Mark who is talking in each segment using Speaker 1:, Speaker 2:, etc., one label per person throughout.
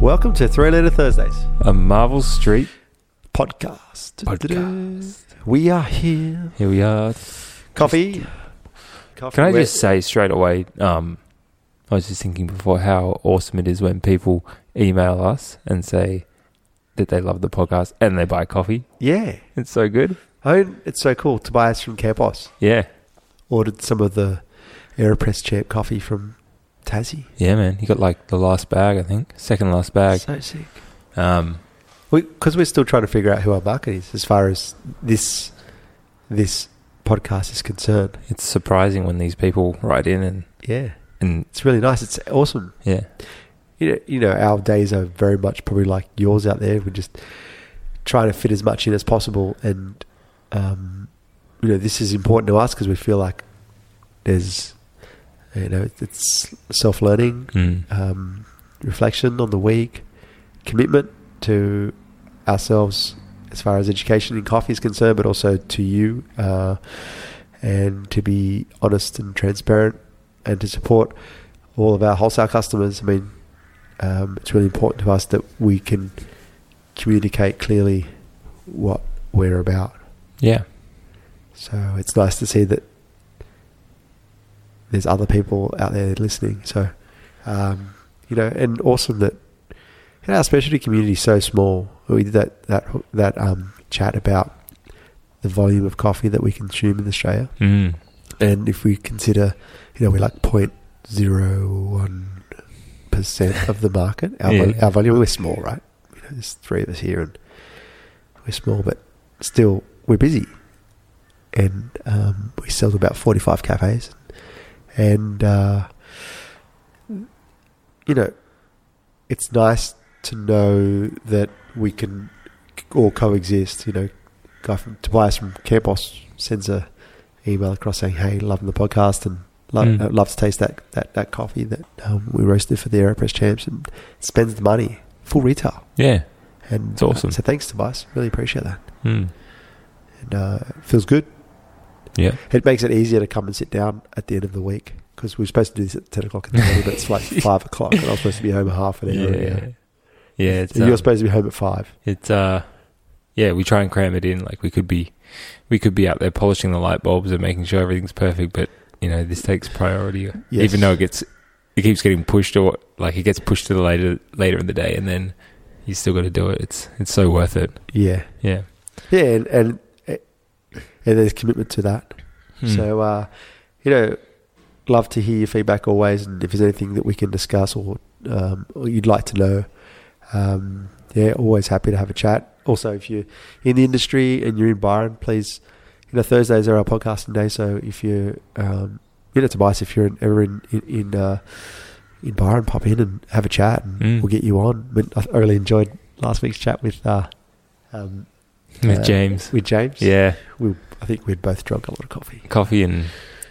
Speaker 1: welcome to Three Letter Thursdays
Speaker 2: A Marvel Street.
Speaker 1: podcast. We are here.
Speaker 2: Here we are.
Speaker 1: Coffee. Coffee.
Speaker 2: Can I
Speaker 1: We're-
Speaker 2: just say straight away? Um, I was just thinking before how awesome it is when people email us and say that they love the podcast and they buy coffee.
Speaker 1: Yeah.
Speaker 2: It's so good.
Speaker 1: Oh, it's so cool. Tobias from Campos
Speaker 2: Yeah,
Speaker 1: ordered some of the Aeropress champ coffee from Tassie.
Speaker 2: yeah, man. You got like the last bag, I think, second last bag.
Speaker 1: So sick.
Speaker 2: Um,
Speaker 1: Because we, are still trying to figure out who our market is as far as this this podcast is concerned.
Speaker 2: it's surprising when these people write in and
Speaker 1: Yeah.
Speaker 2: and
Speaker 1: It's really nice. It's awesome.
Speaker 2: yeah,
Speaker 1: You know, you know, our days are very much probably like yours out there. We're just trying to fit as much in as possible, and um, you know, this is important to us because we feel like there's, you know, it's self learning,
Speaker 2: mm.
Speaker 1: um, reflection on the week, commitment to ourselves as far as education in coffee is concerned, but also to you, uh, and to be honest and transparent, and to support all of our wholesale customers. I mean, um, it's really important to us that we can communicate clearly what we're about.
Speaker 2: yeah,
Speaker 1: So it's nice to see that there's other people out there listening. So, um, you know, and awesome that you know, our specialty community is so small. We did that that that um, chat about the volume of coffee that we consume in Australia,
Speaker 2: mm.
Speaker 1: and if we consider, you know, we're like point zero one percent of the market. Our, vol-
Speaker 2: Yeah.
Speaker 1: our volume, we're small, right? You know, there's three of us here, and we're small, but still we're busy, and um, we sell to about forty-five cafes, and uh, you know, it's nice to know that we can c- all coexist. You know, guy from Tobias from Campos sends a email across saying, "Hey, loving the podcast and lo-
Speaker 2: Mm.
Speaker 1: uh, love to taste that that, that coffee that um, we roasted for the Aeropress champs," and spends the money full retail.
Speaker 2: yeah,
Speaker 1: And
Speaker 2: It's awesome.
Speaker 1: uh, so thanks, Tobias. Really appreciate that.
Speaker 2: mm.
Speaker 1: And uh, it feels good.
Speaker 2: yeah.
Speaker 1: It makes it easier to come and sit down at the end of the week because we were supposed to do this at ten o'clock in the morning, but it's like five o'clock, and I was supposed to be home at half an hour.
Speaker 2: yeah,
Speaker 1: ago.
Speaker 2: yeah. It's,
Speaker 1: And you're
Speaker 2: um,
Speaker 1: supposed to be home at five.
Speaker 2: It's uh, yeah, we try and cram it in. Like we could be, we could be out there polishing the light bulbs and making sure everything's perfect. But you know, this takes priority.
Speaker 1: Yes.
Speaker 2: Even though it gets, it keeps getting pushed or like it gets pushed to the later later in the day, and then you still got to do it. It's it's so worth it.
Speaker 1: Yeah,
Speaker 2: Yeah.
Speaker 1: yeah, and and, and there's commitment to that.
Speaker 2: Mm.
Speaker 1: So, uh, you know, love to hear your feedback always. And if there's anything that we can discuss or, um, or you'd like to know, um, yeah, always happy to have a chat. Also, if you're in the industry and you're in Byron, please, you know, Thursdays are our podcasting day. So if you're, um, you know, Tobias, if you're in, ever in, in, in, uh, in Byron, pop in and have a chat and
Speaker 2: Mm.
Speaker 1: we'll get you on. But I really enjoyed last week's chat with, uh, um,
Speaker 2: with
Speaker 1: uh,
Speaker 2: James.
Speaker 1: with James.
Speaker 2: Yeah,
Speaker 1: I think we'd both drunk a lot of coffee.
Speaker 2: coffee and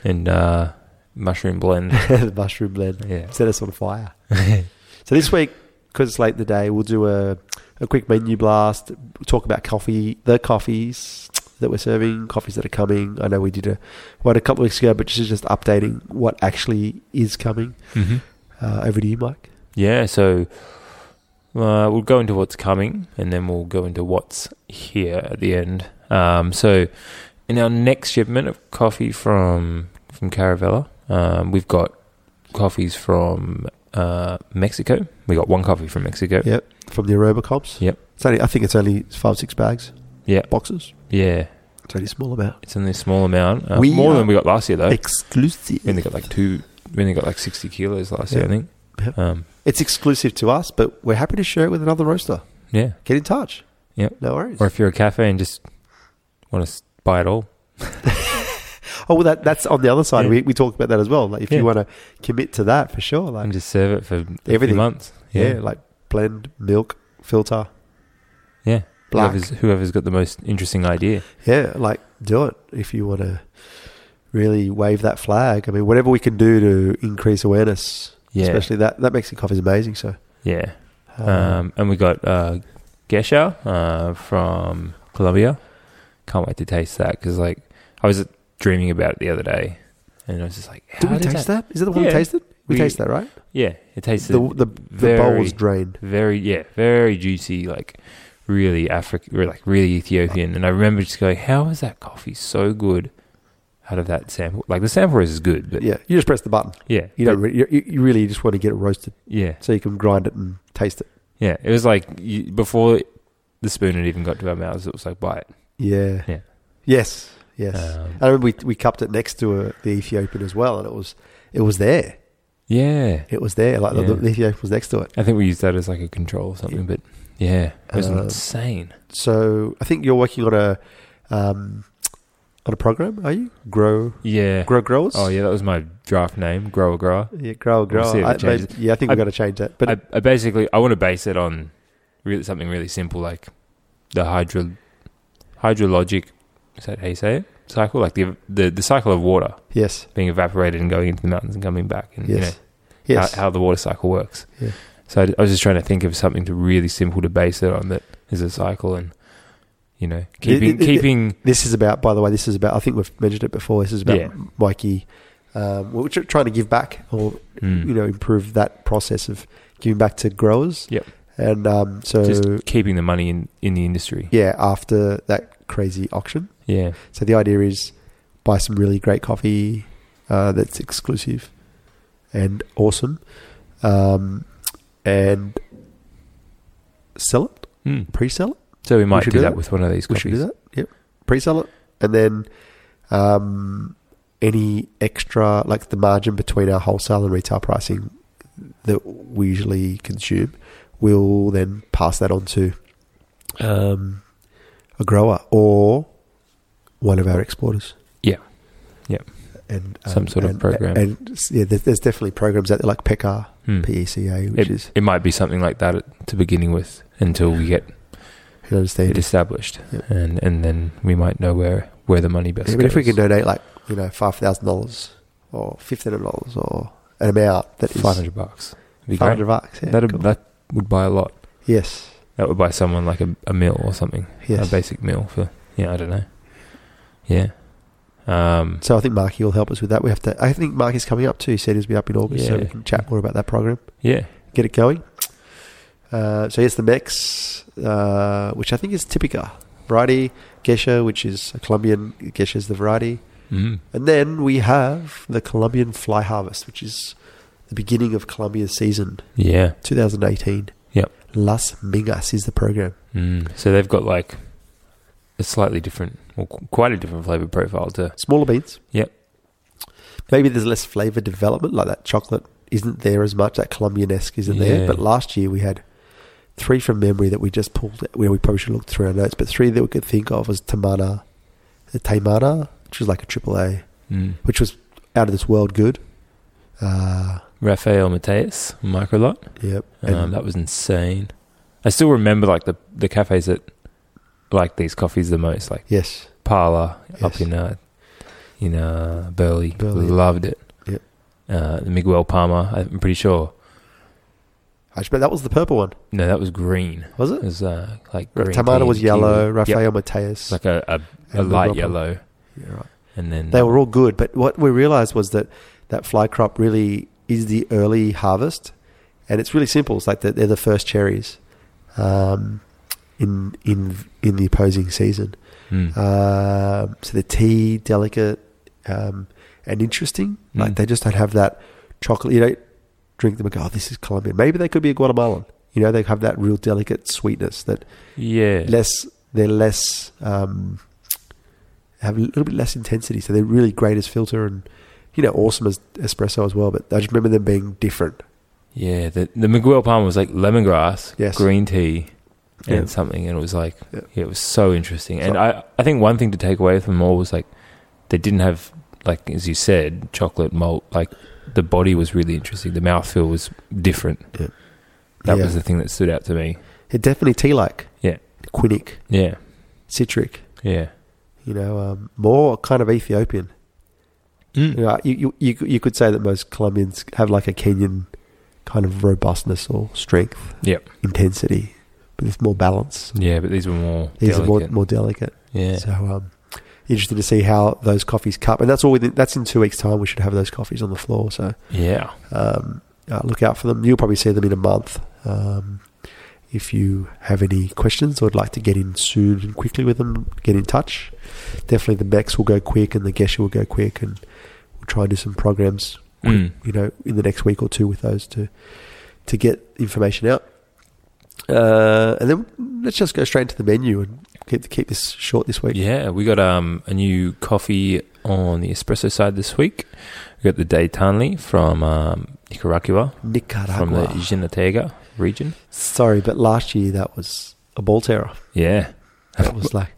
Speaker 2: and uh, mushroom blend.
Speaker 1: the mushroom blend.
Speaker 2: yeah.
Speaker 1: set us on fire. so this week, because it's late in the day, we'll do a, a quick menu blast, talk about coffee, the coffees that we're serving,
Speaker 2: Mm.
Speaker 1: coffees that are coming. I know we did a one a couple weeks ago, but this is just updating what actually is coming.
Speaker 2: Mm-hmm.
Speaker 1: Uh, over to you, Mike.
Speaker 2: Yeah, so uh, we'll go into what's coming and then we'll go into what's here at the end. Um, so, in our next shipment of coffee from from Caravella, um, we've got coffees from uh, Mexico. We got one coffee from Mexico.
Speaker 1: Yep. From the Aeroba comps.
Speaker 2: Yep.
Speaker 1: It's only, I think it's only five, six bags.
Speaker 2: Yeah.
Speaker 1: Boxes.
Speaker 2: Yeah,
Speaker 1: It's only a small amount.
Speaker 2: it's only a small amount. Uh,
Speaker 1: We
Speaker 2: more
Speaker 1: are-
Speaker 2: than we got last year, though.
Speaker 1: Exclusive.
Speaker 2: we only got like two. We only got like sixty kilos last year,
Speaker 1: Yeah.
Speaker 2: I think.
Speaker 1: Yep.
Speaker 2: Um,
Speaker 1: It's exclusive to us, but we're happy to share it with another roaster.
Speaker 2: yeah.
Speaker 1: Get in touch.
Speaker 2: Yep.
Speaker 1: No worries.
Speaker 2: Or if you're a cafe and just want to buy it all,
Speaker 1: Oh well, that that's on the other side.
Speaker 2: Yeah.
Speaker 1: We we talk about that as well. Like if
Speaker 2: Yeah.
Speaker 1: you want to commit to that for sure, like
Speaker 2: and just serve it for every
Speaker 1: Everything.
Speaker 2: month.
Speaker 1: yeah. like blend, milk, filter,
Speaker 2: Yeah.
Speaker 1: black.
Speaker 2: Whoever's, whoever's got the most interesting idea.
Speaker 1: Yeah, like do it if you want to really wave that flag. I mean, whatever we can do to increase awareness,
Speaker 2: Yeah.
Speaker 1: especially that that Mexican coffee is amazing. So
Speaker 2: Yeah.
Speaker 1: um,
Speaker 2: Um, and we got uh, Gesha uh, from Colombia. Can't wait to taste that because, like, I was dreaming about it the other day. And I was just like,
Speaker 1: did
Speaker 2: how
Speaker 1: we taste
Speaker 2: that?
Speaker 1: that? Is that the one
Speaker 2: Yeah.
Speaker 1: we tasted? We,
Speaker 2: We-
Speaker 1: taste that, right?
Speaker 2: Yeah, it tasted
Speaker 1: The, the, the bowl's drained.
Speaker 2: very yeah, very juicy, like really African, like really Ethiopian. And I remember just going, "How is that coffee so good out of that sample? Like the sample is good, but yeah,
Speaker 1: Yeah, you just press the button. You
Speaker 2: but-
Speaker 1: don't. Re- you, you you really just want to get it roasted
Speaker 2: yeah,
Speaker 1: so you can grind it and taste it.
Speaker 2: yeah. It was like you, before the spoon had even got to our mouths, it was like bite.
Speaker 1: Yeah.
Speaker 2: Yeah.
Speaker 1: Yes. Yes. Uh,
Speaker 2: Um,
Speaker 1: I remember we we cupped it next to a, the Ethiopian as well, and it was it was there.
Speaker 2: yeah,
Speaker 1: It was there. Like the- the,
Speaker 2: Yeah.
Speaker 1: the Ethiopian was next to it.
Speaker 2: I think we used that as like a control or something, but yeah, it was
Speaker 1: Uh,
Speaker 2: insane.
Speaker 1: So I think you're working on a um, on a program, are you? Grow
Speaker 2: Yeah.
Speaker 1: grow growers.
Speaker 2: Oh yeah, that was my draft name, grower grower.
Speaker 1: Yeah, grow grow.
Speaker 2: We'll see if
Speaker 1: I,
Speaker 2: it changes.
Speaker 1: maybe- yeah, I think we've got
Speaker 2: I-
Speaker 1: to change that. But
Speaker 2: I, I basically I want to base it on really something really simple like the hydro hydrologic is that how you say it cycle like the the, the cycle of water
Speaker 1: yes,
Speaker 2: being evaporated and going into the mountains and coming back and you know
Speaker 1: yes, yes.
Speaker 2: Mm, how, how the water cycle works.
Speaker 1: Yeah.
Speaker 2: So I, I was just trying to think of something to really simple to base it on that is a cycle and you know keeping
Speaker 1: the- the-
Speaker 2: keeping
Speaker 1: This is about, by the way, this is about. I think we've mentioned it before. This is about
Speaker 2: Yeah.
Speaker 1: Mikey. Um, we're tr- trying to give back, or
Speaker 2: Mm.
Speaker 1: you know, improve that process of giving back to growers.
Speaker 2: Yep.
Speaker 1: And um, so,
Speaker 2: just keeping the money in in the industry.
Speaker 1: yeah, after that crazy auction,
Speaker 2: Yeah.
Speaker 1: so the idea is buy some really great coffee uh, that's exclusive and awesome, um, and sell it,
Speaker 2: Mm.
Speaker 1: pre-sell it.
Speaker 2: So we might
Speaker 1: Hmm. should
Speaker 2: do
Speaker 1: do
Speaker 2: that,
Speaker 1: that.
Speaker 2: with one of these.
Speaker 1: We should do
Speaker 2: coffees.
Speaker 1: that. Yep. Pre-sell it, and then um, any extra, like the margin between our wholesale and retail pricing that we usually consume, we'll then pass that on to um, a grower or one of our exporters.
Speaker 2: Yeah. Yep.
Speaker 1: And um,
Speaker 2: Some sort of
Speaker 1: and-
Speaker 2: program.
Speaker 1: And yeah, there's, there's definitely programs out there like PECA,
Speaker 2: Mm.
Speaker 1: PECA, which is
Speaker 2: it might be something like that at, to beginning with until we get
Speaker 1: you understand.
Speaker 2: it established
Speaker 1: Yeah.
Speaker 2: and and then we might know where where the money best
Speaker 1: Yeah, but
Speaker 2: goes.
Speaker 1: if we can donate like you know five thousand dollars or fifteen hundred dollars or an amount that is
Speaker 2: five hundred bucks would be
Speaker 1: five
Speaker 2: great.
Speaker 1: hundred bucks, yeah,
Speaker 2: That'd,
Speaker 1: cool.
Speaker 2: that would buy a lot
Speaker 1: yes,
Speaker 2: that would buy someone like a, a meal or something
Speaker 1: yes.
Speaker 2: a basic meal for yeah I don't know yeah um
Speaker 1: so I think Marky will help us with that. We have to. I think Marky's coming up too. He said he'll be up in August, so
Speaker 2: Yeah.
Speaker 1: we can chat more about that program,
Speaker 2: yeah
Speaker 1: get it going. Uh, so yes, the Mex, uh, which I think is Typica variety, Gesha, which is a Colombian Gesha is the variety,
Speaker 2: mm.
Speaker 1: and then we have the Colombian Fly Harvest, which is the beginning of Colombia's season.
Speaker 2: yeah
Speaker 1: 2018.
Speaker 2: Yep.
Speaker 1: Las Mingas is the program.
Speaker 2: mm. so they've got like a slightly different well qu- quite a different flavor profile to
Speaker 1: Smaller beans.
Speaker 2: Yep.
Speaker 1: Maybe there's less flavor development, like that chocolate isn't there as much. That Colombian esque isn't there.
Speaker 2: Yeah.
Speaker 1: But last year we had three from memory that we just pulled. We, we probably should look through our notes, but three that we could think of was Tamana, the Taimana, which was like a triple A,
Speaker 2: mm.
Speaker 1: which was out of this world good. Uh,
Speaker 2: Rafael Mateus Microlot
Speaker 1: yep. And
Speaker 2: Um, that was insane. I still remember like the the cafes that like these coffees the most, like
Speaker 1: yes.
Speaker 2: Parlor
Speaker 1: Yes.
Speaker 2: up in uh, in uh, Burley.
Speaker 1: Burley.
Speaker 2: Loved it.
Speaker 1: Yep.
Speaker 2: Uh, the Miguel Palmer, I'm pretty sure.
Speaker 1: Actually, but that was the purple one,
Speaker 2: No, that was green.
Speaker 1: was
Speaker 2: It
Speaker 1: it?
Speaker 2: was uh, like green.
Speaker 1: Tamana
Speaker 2: kiwi-
Speaker 1: was yellow.
Speaker 2: kiwi.
Speaker 1: Rafael
Speaker 2: Yep.
Speaker 1: Mateus.
Speaker 2: like a, a, a
Speaker 1: and
Speaker 2: light
Speaker 1: Miguel Palmer.
Speaker 2: yellow,
Speaker 1: Yeah, right.
Speaker 2: and then
Speaker 1: Mm-hmm. They were all good, but what we realized was that that fly crop really is the early harvest, and it's really simple. It's like that they're the first cherries um, in in in the opposing season.
Speaker 2: Mm.
Speaker 1: Um so the tea delicate um, and interesting. Like
Speaker 2: Mm.
Speaker 1: they just don't have that chocolate. You don't drink them and go, "Oh, this is Colombian." Maybe they could be a Guatemalan. You know, they have that real delicate sweetness that
Speaker 2: yeah,
Speaker 1: less they're less um, have a little bit less intensity so they're really great as filter and you know awesome as espresso as well but i just remember them being different
Speaker 2: yeah. The the Miguel Palmer was like lemongrass,
Speaker 1: Yes.
Speaker 2: green tea,
Speaker 1: Yeah.
Speaker 2: and something and it was like
Speaker 1: Yeah.
Speaker 2: yeah. it was so interesting and
Speaker 1: So-
Speaker 2: I, I think one thing to take away from all was like they didn't have like as you said chocolate malt like the body was really interesting the mouthfeel was different
Speaker 1: Yeah.
Speaker 2: that
Speaker 1: Yeah.
Speaker 2: was the thing that stood out to me
Speaker 1: it definitely tea like
Speaker 2: Yeah.
Speaker 1: quinic
Speaker 2: yeah
Speaker 1: citric
Speaker 2: yeah
Speaker 1: you know um, more kind of ethiopian
Speaker 2: Mm.
Speaker 1: you, know, you, you, you, you could say that most colombians have like a kenyan kind of robustness or strength
Speaker 2: Yep.
Speaker 1: intensity but it's more balance
Speaker 2: yeah but these were more
Speaker 1: these are more,
Speaker 2: delicate.
Speaker 1: more delicate
Speaker 2: yeah
Speaker 1: So, um, interested to see how those coffees cup. And that's all. Within, that's in two weeks' time. We should have those coffees on the floor. So
Speaker 2: Yeah.
Speaker 1: um, uh, look out for them. You'll probably see them in a month. Um, if you have any questions or would like to get in soon and quickly with them, get in touch. Definitely the Max will go quick and the Gesher will go quick, and we'll try and do some programs,
Speaker 2: Mm.
Speaker 1: you know, in the next week or two with those to to get information out. Uh, and then let's just go straight into the menu and keep keep this short this week.
Speaker 2: Yeah, we got um, a new coffee on the espresso side this week. We got the Day Tanli from um, Nicaragua, from the
Speaker 1: Nicaragua.
Speaker 2: Jinatega region.
Speaker 1: Sorry, but last year that was a ball terror.
Speaker 2: Yeah.
Speaker 1: That was like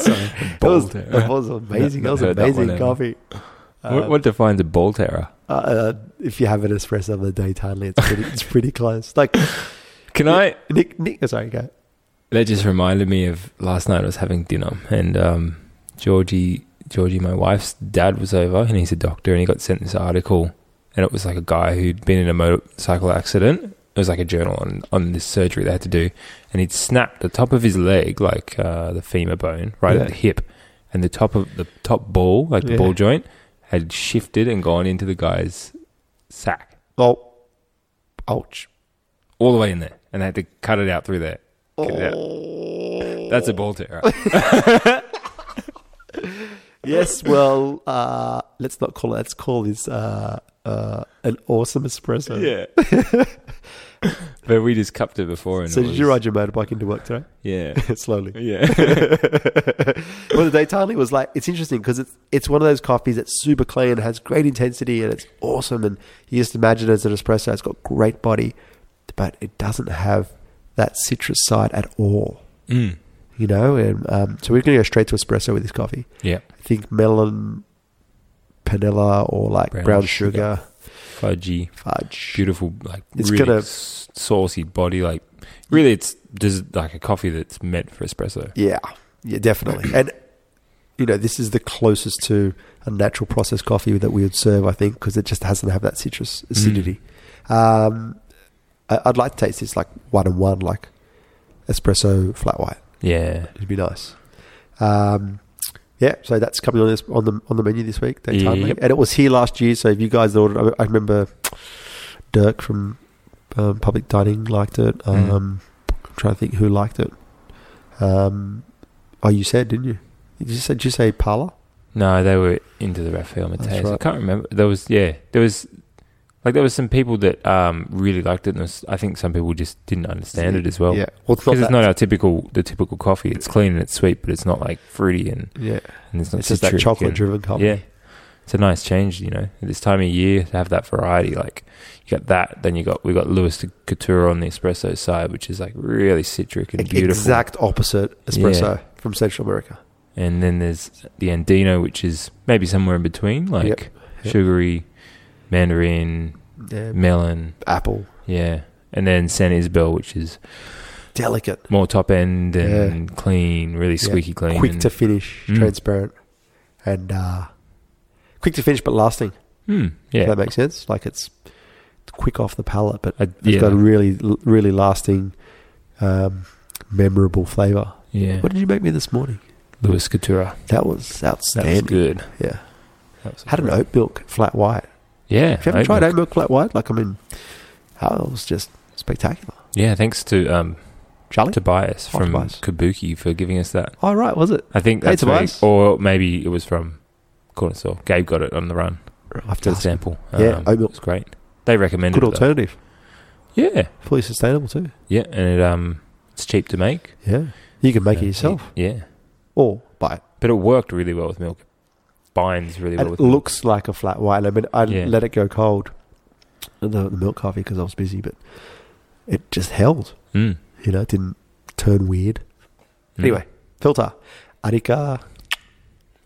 Speaker 2: Sorry.
Speaker 1: That was, that was amazing. That was
Speaker 2: Heard that
Speaker 1: amazing
Speaker 2: one, eh?
Speaker 1: coffee.
Speaker 2: what, what defines a bowl terror?
Speaker 1: Uh, uh, if you have an espresso on the day, totally, it's pretty, it's pretty close. Like
Speaker 2: Can
Speaker 1: Yeah.
Speaker 2: I?
Speaker 1: Nick, Nick, oh, sorry, go.
Speaker 2: That just reminded me of last night. I was having dinner, and um, Georgie, Georgie, my wife's dad was over, and he's a doctor, and he got sent this article, and it was like a guy who'd been in a motorcycle accident. It was like a journal on on this surgery they had to do, and he'd snapped the top of his leg, like uh, the femur bone, right
Speaker 1: Yeah.
Speaker 2: at the hip, and the top of the top ball, like the
Speaker 1: Yeah.
Speaker 2: ball joint, had shifted and gone into the guy's sack,
Speaker 1: Oh, ouch.
Speaker 2: all the way in there, and they had to cut it out through there. Get it out. That's a ball tear. right?
Speaker 1: Yes, well, uh, let's not call it. Let's call this uh, uh, an awesome espresso.
Speaker 2: Yeah. but we just cupped it before. And
Speaker 1: So
Speaker 2: it
Speaker 1: did you
Speaker 2: was-
Speaker 1: ride your motorbike into work today?
Speaker 2: Yeah.
Speaker 1: Slowly.
Speaker 2: Yeah.
Speaker 1: well, the Daytani was like it's interesting because it's it's one of those coffees that's super clean, and has great intensity, and it's awesome. And you just imagine it as an espresso, it's got great body, but it doesn't have that citrus side at all.
Speaker 2: mm.
Speaker 1: You know, and um, so we're going to go straight to espresso with this coffee.
Speaker 2: Yeah.
Speaker 1: I think melon, panela, or like brown,
Speaker 2: Brown
Speaker 1: sugar,
Speaker 2: Fudgy.
Speaker 1: fudge.
Speaker 2: Beautiful, like
Speaker 1: It's
Speaker 2: really
Speaker 1: gonna-
Speaker 2: s- saucy body. Like, really, it's just like a coffee that's meant for espresso.
Speaker 1: Yeah, yeah, definitely. and you know, this is the closest to a natural processed coffee that we would serve, I think, because it just hasn't have that citrus acidity. Um, I, I'd like to taste this like one and one, like espresso flat white.
Speaker 2: Yeah.
Speaker 1: It'd be nice. Um, yeah, so that's coming on this on the on the menu this week. That time,
Speaker 2: Yep.
Speaker 1: and it was here last year. So if you guys ordered, I, I remember Dirk from um, Public Dining liked it.
Speaker 2: Mm.
Speaker 1: Um, I'm trying to think who liked it. Um, oh, you said didn't you? Did you say, did you say Parla?
Speaker 2: No, they were into the Rafael Mateus. I
Speaker 1: right.
Speaker 2: can't remember. There was, yeah, there was, like, there was some people that um, really liked it, and s- I think some people just didn't understand it as well.
Speaker 1: yeah. Well, it's not
Speaker 2: Because it's
Speaker 1: that-
Speaker 2: not our typical, the typical coffee. It's clean and it's sweet, but it's not like fruity and,
Speaker 1: yeah,
Speaker 2: and it's not
Speaker 1: it's just that
Speaker 2: citric
Speaker 1: chocolate
Speaker 2: and-
Speaker 1: driven coffee.
Speaker 2: Yeah. It's a nice change, you know. At this time of year to have that variety, like you got that, then you got we got Lewis de Couture on the espresso side, which is like really citric and
Speaker 1: E-
Speaker 2: beautiful.
Speaker 1: exact opposite espresso from Central America.
Speaker 2: And then there's the Andino, which is maybe somewhere in between, like
Speaker 1: Yep.
Speaker 2: sugary, mandarin,
Speaker 1: Yeah,
Speaker 2: melon,
Speaker 1: apple,
Speaker 2: yeah. And then San Isabel, which is
Speaker 1: delicate,
Speaker 2: more top end and clean, really
Speaker 1: Yeah.
Speaker 2: squeaky clean.
Speaker 1: quick
Speaker 2: and-
Speaker 1: to finish,
Speaker 2: Mm.
Speaker 1: transparent, and uh, quick to finish but lasting.
Speaker 2: Mm, yeah,
Speaker 1: If that makes sense. Like it's quick off the palate, but
Speaker 2: I-
Speaker 1: it's
Speaker 2: yeah,
Speaker 1: got a really, really lasting, um, memorable flavor.
Speaker 2: yeah.
Speaker 1: What did you make me this morning?
Speaker 2: Lewis Couture,
Speaker 1: That was
Speaker 2: that
Speaker 1: outstanding.
Speaker 2: was good.
Speaker 1: Yeah.
Speaker 2: That was
Speaker 1: Had an
Speaker 2: good.
Speaker 1: oat milk flat white.
Speaker 2: Yeah,
Speaker 1: If you haven't
Speaker 2: oat
Speaker 1: tried
Speaker 2: milk.
Speaker 1: oat milk flat white, like I mean, oh, it was just spectacular.
Speaker 2: Yeah, thanks to um,
Speaker 1: Charlie?
Speaker 2: Tobias
Speaker 1: Oh,
Speaker 2: from
Speaker 1: Tobias.
Speaker 2: Kabuki for giving us that.
Speaker 1: Oh, right. Was it?
Speaker 2: I think
Speaker 1: Hey,
Speaker 2: that's where-
Speaker 1: Tobias.
Speaker 2: or maybe it was from Corner Store. Gabe got it on the run.
Speaker 1: I have to
Speaker 2: Did a
Speaker 1: ask.
Speaker 2: sample. Um,
Speaker 1: Yeah, oat
Speaker 2: it
Speaker 1: milk.
Speaker 2: was great. They recommended
Speaker 1: Good
Speaker 2: it. uh, though.
Speaker 1: alternative.
Speaker 2: Yeah,
Speaker 1: Fully sustainable too.
Speaker 2: yeah, and it um, it's cheap to make.
Speaker 1: Yeah. You can make
Speaker 2: Uh,
Speaker 1: it yourself
Speaker 2: Yeah,
Speaker 1: or buy it.
Speaker 2: but it worked really well with milk. Binds really well
Speaker 1: And it
Speaker 2: with milk.
Speaker 1: looks like a flat white. I mean, I
Speaker 2: Yeah.
Speaker 1: let it go cold, the, the milk coffee, because I was busy, but it just held.
Speaker 2: Mm, mm.
Speaker 1: You know, it didn't turn weird. Anyway, filter. Arica,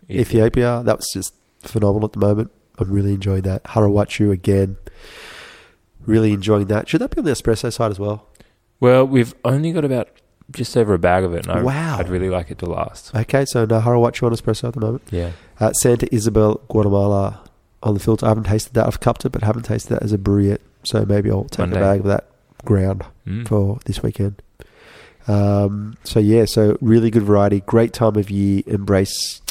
Speaker 2: Yeah.
Speaker 1: Ethiopia. That was just phenomenal at the moment. I'm really enjoying that. Harawachu again. Really enjoying that. Should that be on the espresso side as well?
Speaker 2: well, we've only got about just over a bag of it, and I,
Speaker 1: Wow.
Speaker 2: I'd really like it to last.
Speaker 1: Okay, so no Harawachu on espresso at the moment.
Speaker 2: Yeah,
Speaker 1: Uh, Santa Isabel, Guatemala on the filter. I haven't tasted that. I've cupped it, but haven't tasted that as a brew yet. So maybe I'll take
Speaker 2: One
Speaker 1: a
Speaker 2: day.
Speaker 1: bag of that ground
Speaker 2: Mm.
Speaker 1: for this weekend. Um, so yeah, so really good variety. Great time of year. Embrace,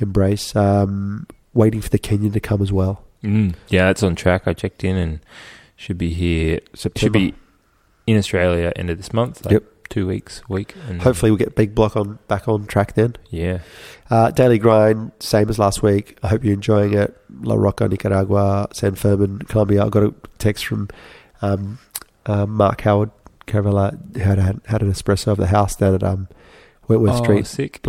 Speaker 1: embrace. Um, waiting for the Kenyan to come as well.
Speaker 2: Mm. Yeah, it's on track. I checked in and should be here.
Speaker 1: September.
Speaker 2: Should be in Australia end of this month. Like
Speaker 1: Yep.
Speaker 2: Two weeks, week. And
Speaker 1: Hopefully, we'll get Big Block on back on track then.
Speaker 2: Yeah.
Speaker 1: Uh, Daily Grind, same as last week. I hope you're enjoying it. La Roca, Nicaragua, San Fermin, Colombia. I got a text from um, uh, Mark Howard Caravella, had, had had an espresso over the house down at um, Wentworth
Speaker 2: Oh,
Speaker 1: Street,
Speaker 2: Sick.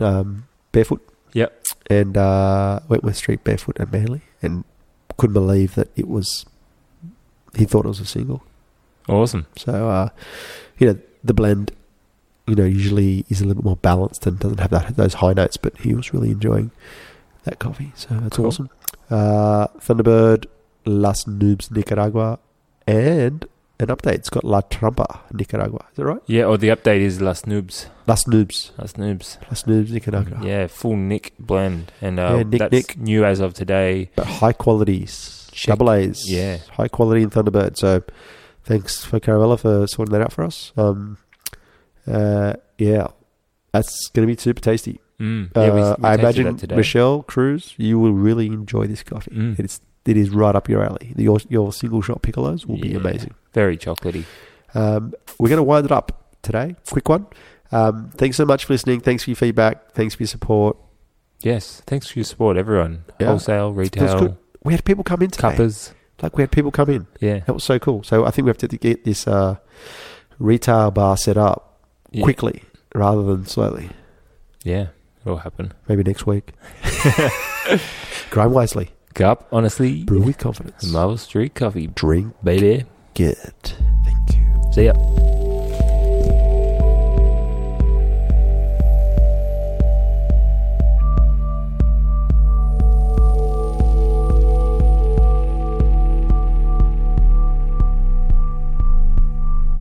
Speaker 1: um, barefoot.
Speaker 2: Yep.
Speaker 1: And uh, Wentworth Street, barefoot and Manly. And couldn't believe that it was, he thought it was a single.
Speaker 2: Awesome.
Speaker 1: So, uh, you know, the blend, you know, usually is a little bit more balanced and doesn't have that those high notes, but he was really enjoying that coffee. So that's
Speaker 2: Cool.
Speaker 1: awesome. Uh, Thunderbird, Las Noobs, Nicaragua, and an update. It's got La Trampa, Nicaragua. Is that right?
Speaker 2: Yeah. Or the update is Las Noobs.
Speaker 1: Las Noobs.
Speaker 2: Las Noobs.
Speaker 1: Las Noobs, Nicaragua.
Speaker 2: Yeah. Full Nick blend. And uh,
Speaker 1: Yeah, Nick,
Speaker 2: that's
Speaker 1: Nick.
Speaker 2: new as of today.
Speaker 1: But high qualities.
Speaker 2: Check-
Speaker 1: Double A's.
Speaker 2: yeah.
Speaker 1: High quality in Thunderbird. So thanks for Caravella for sorting that out for us. Um, uh, yeah. That's going to be super tasty.
Speaker 2: Mm.
Speaker 1: Uh,
Speaker 2: Yeah, we, we
Speaker 1: I
Speaker 2: tasted
Speaker 1: imagine
Speaker 2: that today.
Speaker 1: Michelle Cruz, you will really enjoy this coffee.
Speaker 2: Mm.
Speaker 1: It's it is right up your alley. Your your single shot piccolos will be
Speaker 2: Yeah.
Speaker 1: amazing.
Speaker 2: Very chocolatey.
Speaker 1: Um, we're going to wind it up today. Quick one. Um, thanks so much for listening. Thanks for your feedback. Thanks for your support.
Speaker 2: Yes. Thanks for your support, everyone.
Speaker 1: Yeah.
Speaker 2: Wholesale,
Speaker 1: good.
Speaker 2: retail,
Speaker 1: We had people come in today.
Speaker 2: cuppers.
Speaker 1: Like we had people come in.
Speaker 2: Yeah.
Speaker 1: That was so cool. So I think we have to get this uh, retail bar set up
Speaker 2: Yeah.
Speaker 1: quickly rather than slowly.
Speaker 2: Yeah. It'll happen.
Speaker 1: Maybe next week. Grind wisely.
Speaker 2: Cup, honestly.
Speaker 1: Brew with confidence.
Speaker 2: Marvel Street Coffee.
Speaker 1: Drink
Speaker 2: Baby.
Speaker 1: it. Thank you.
Speaker 2: See ya.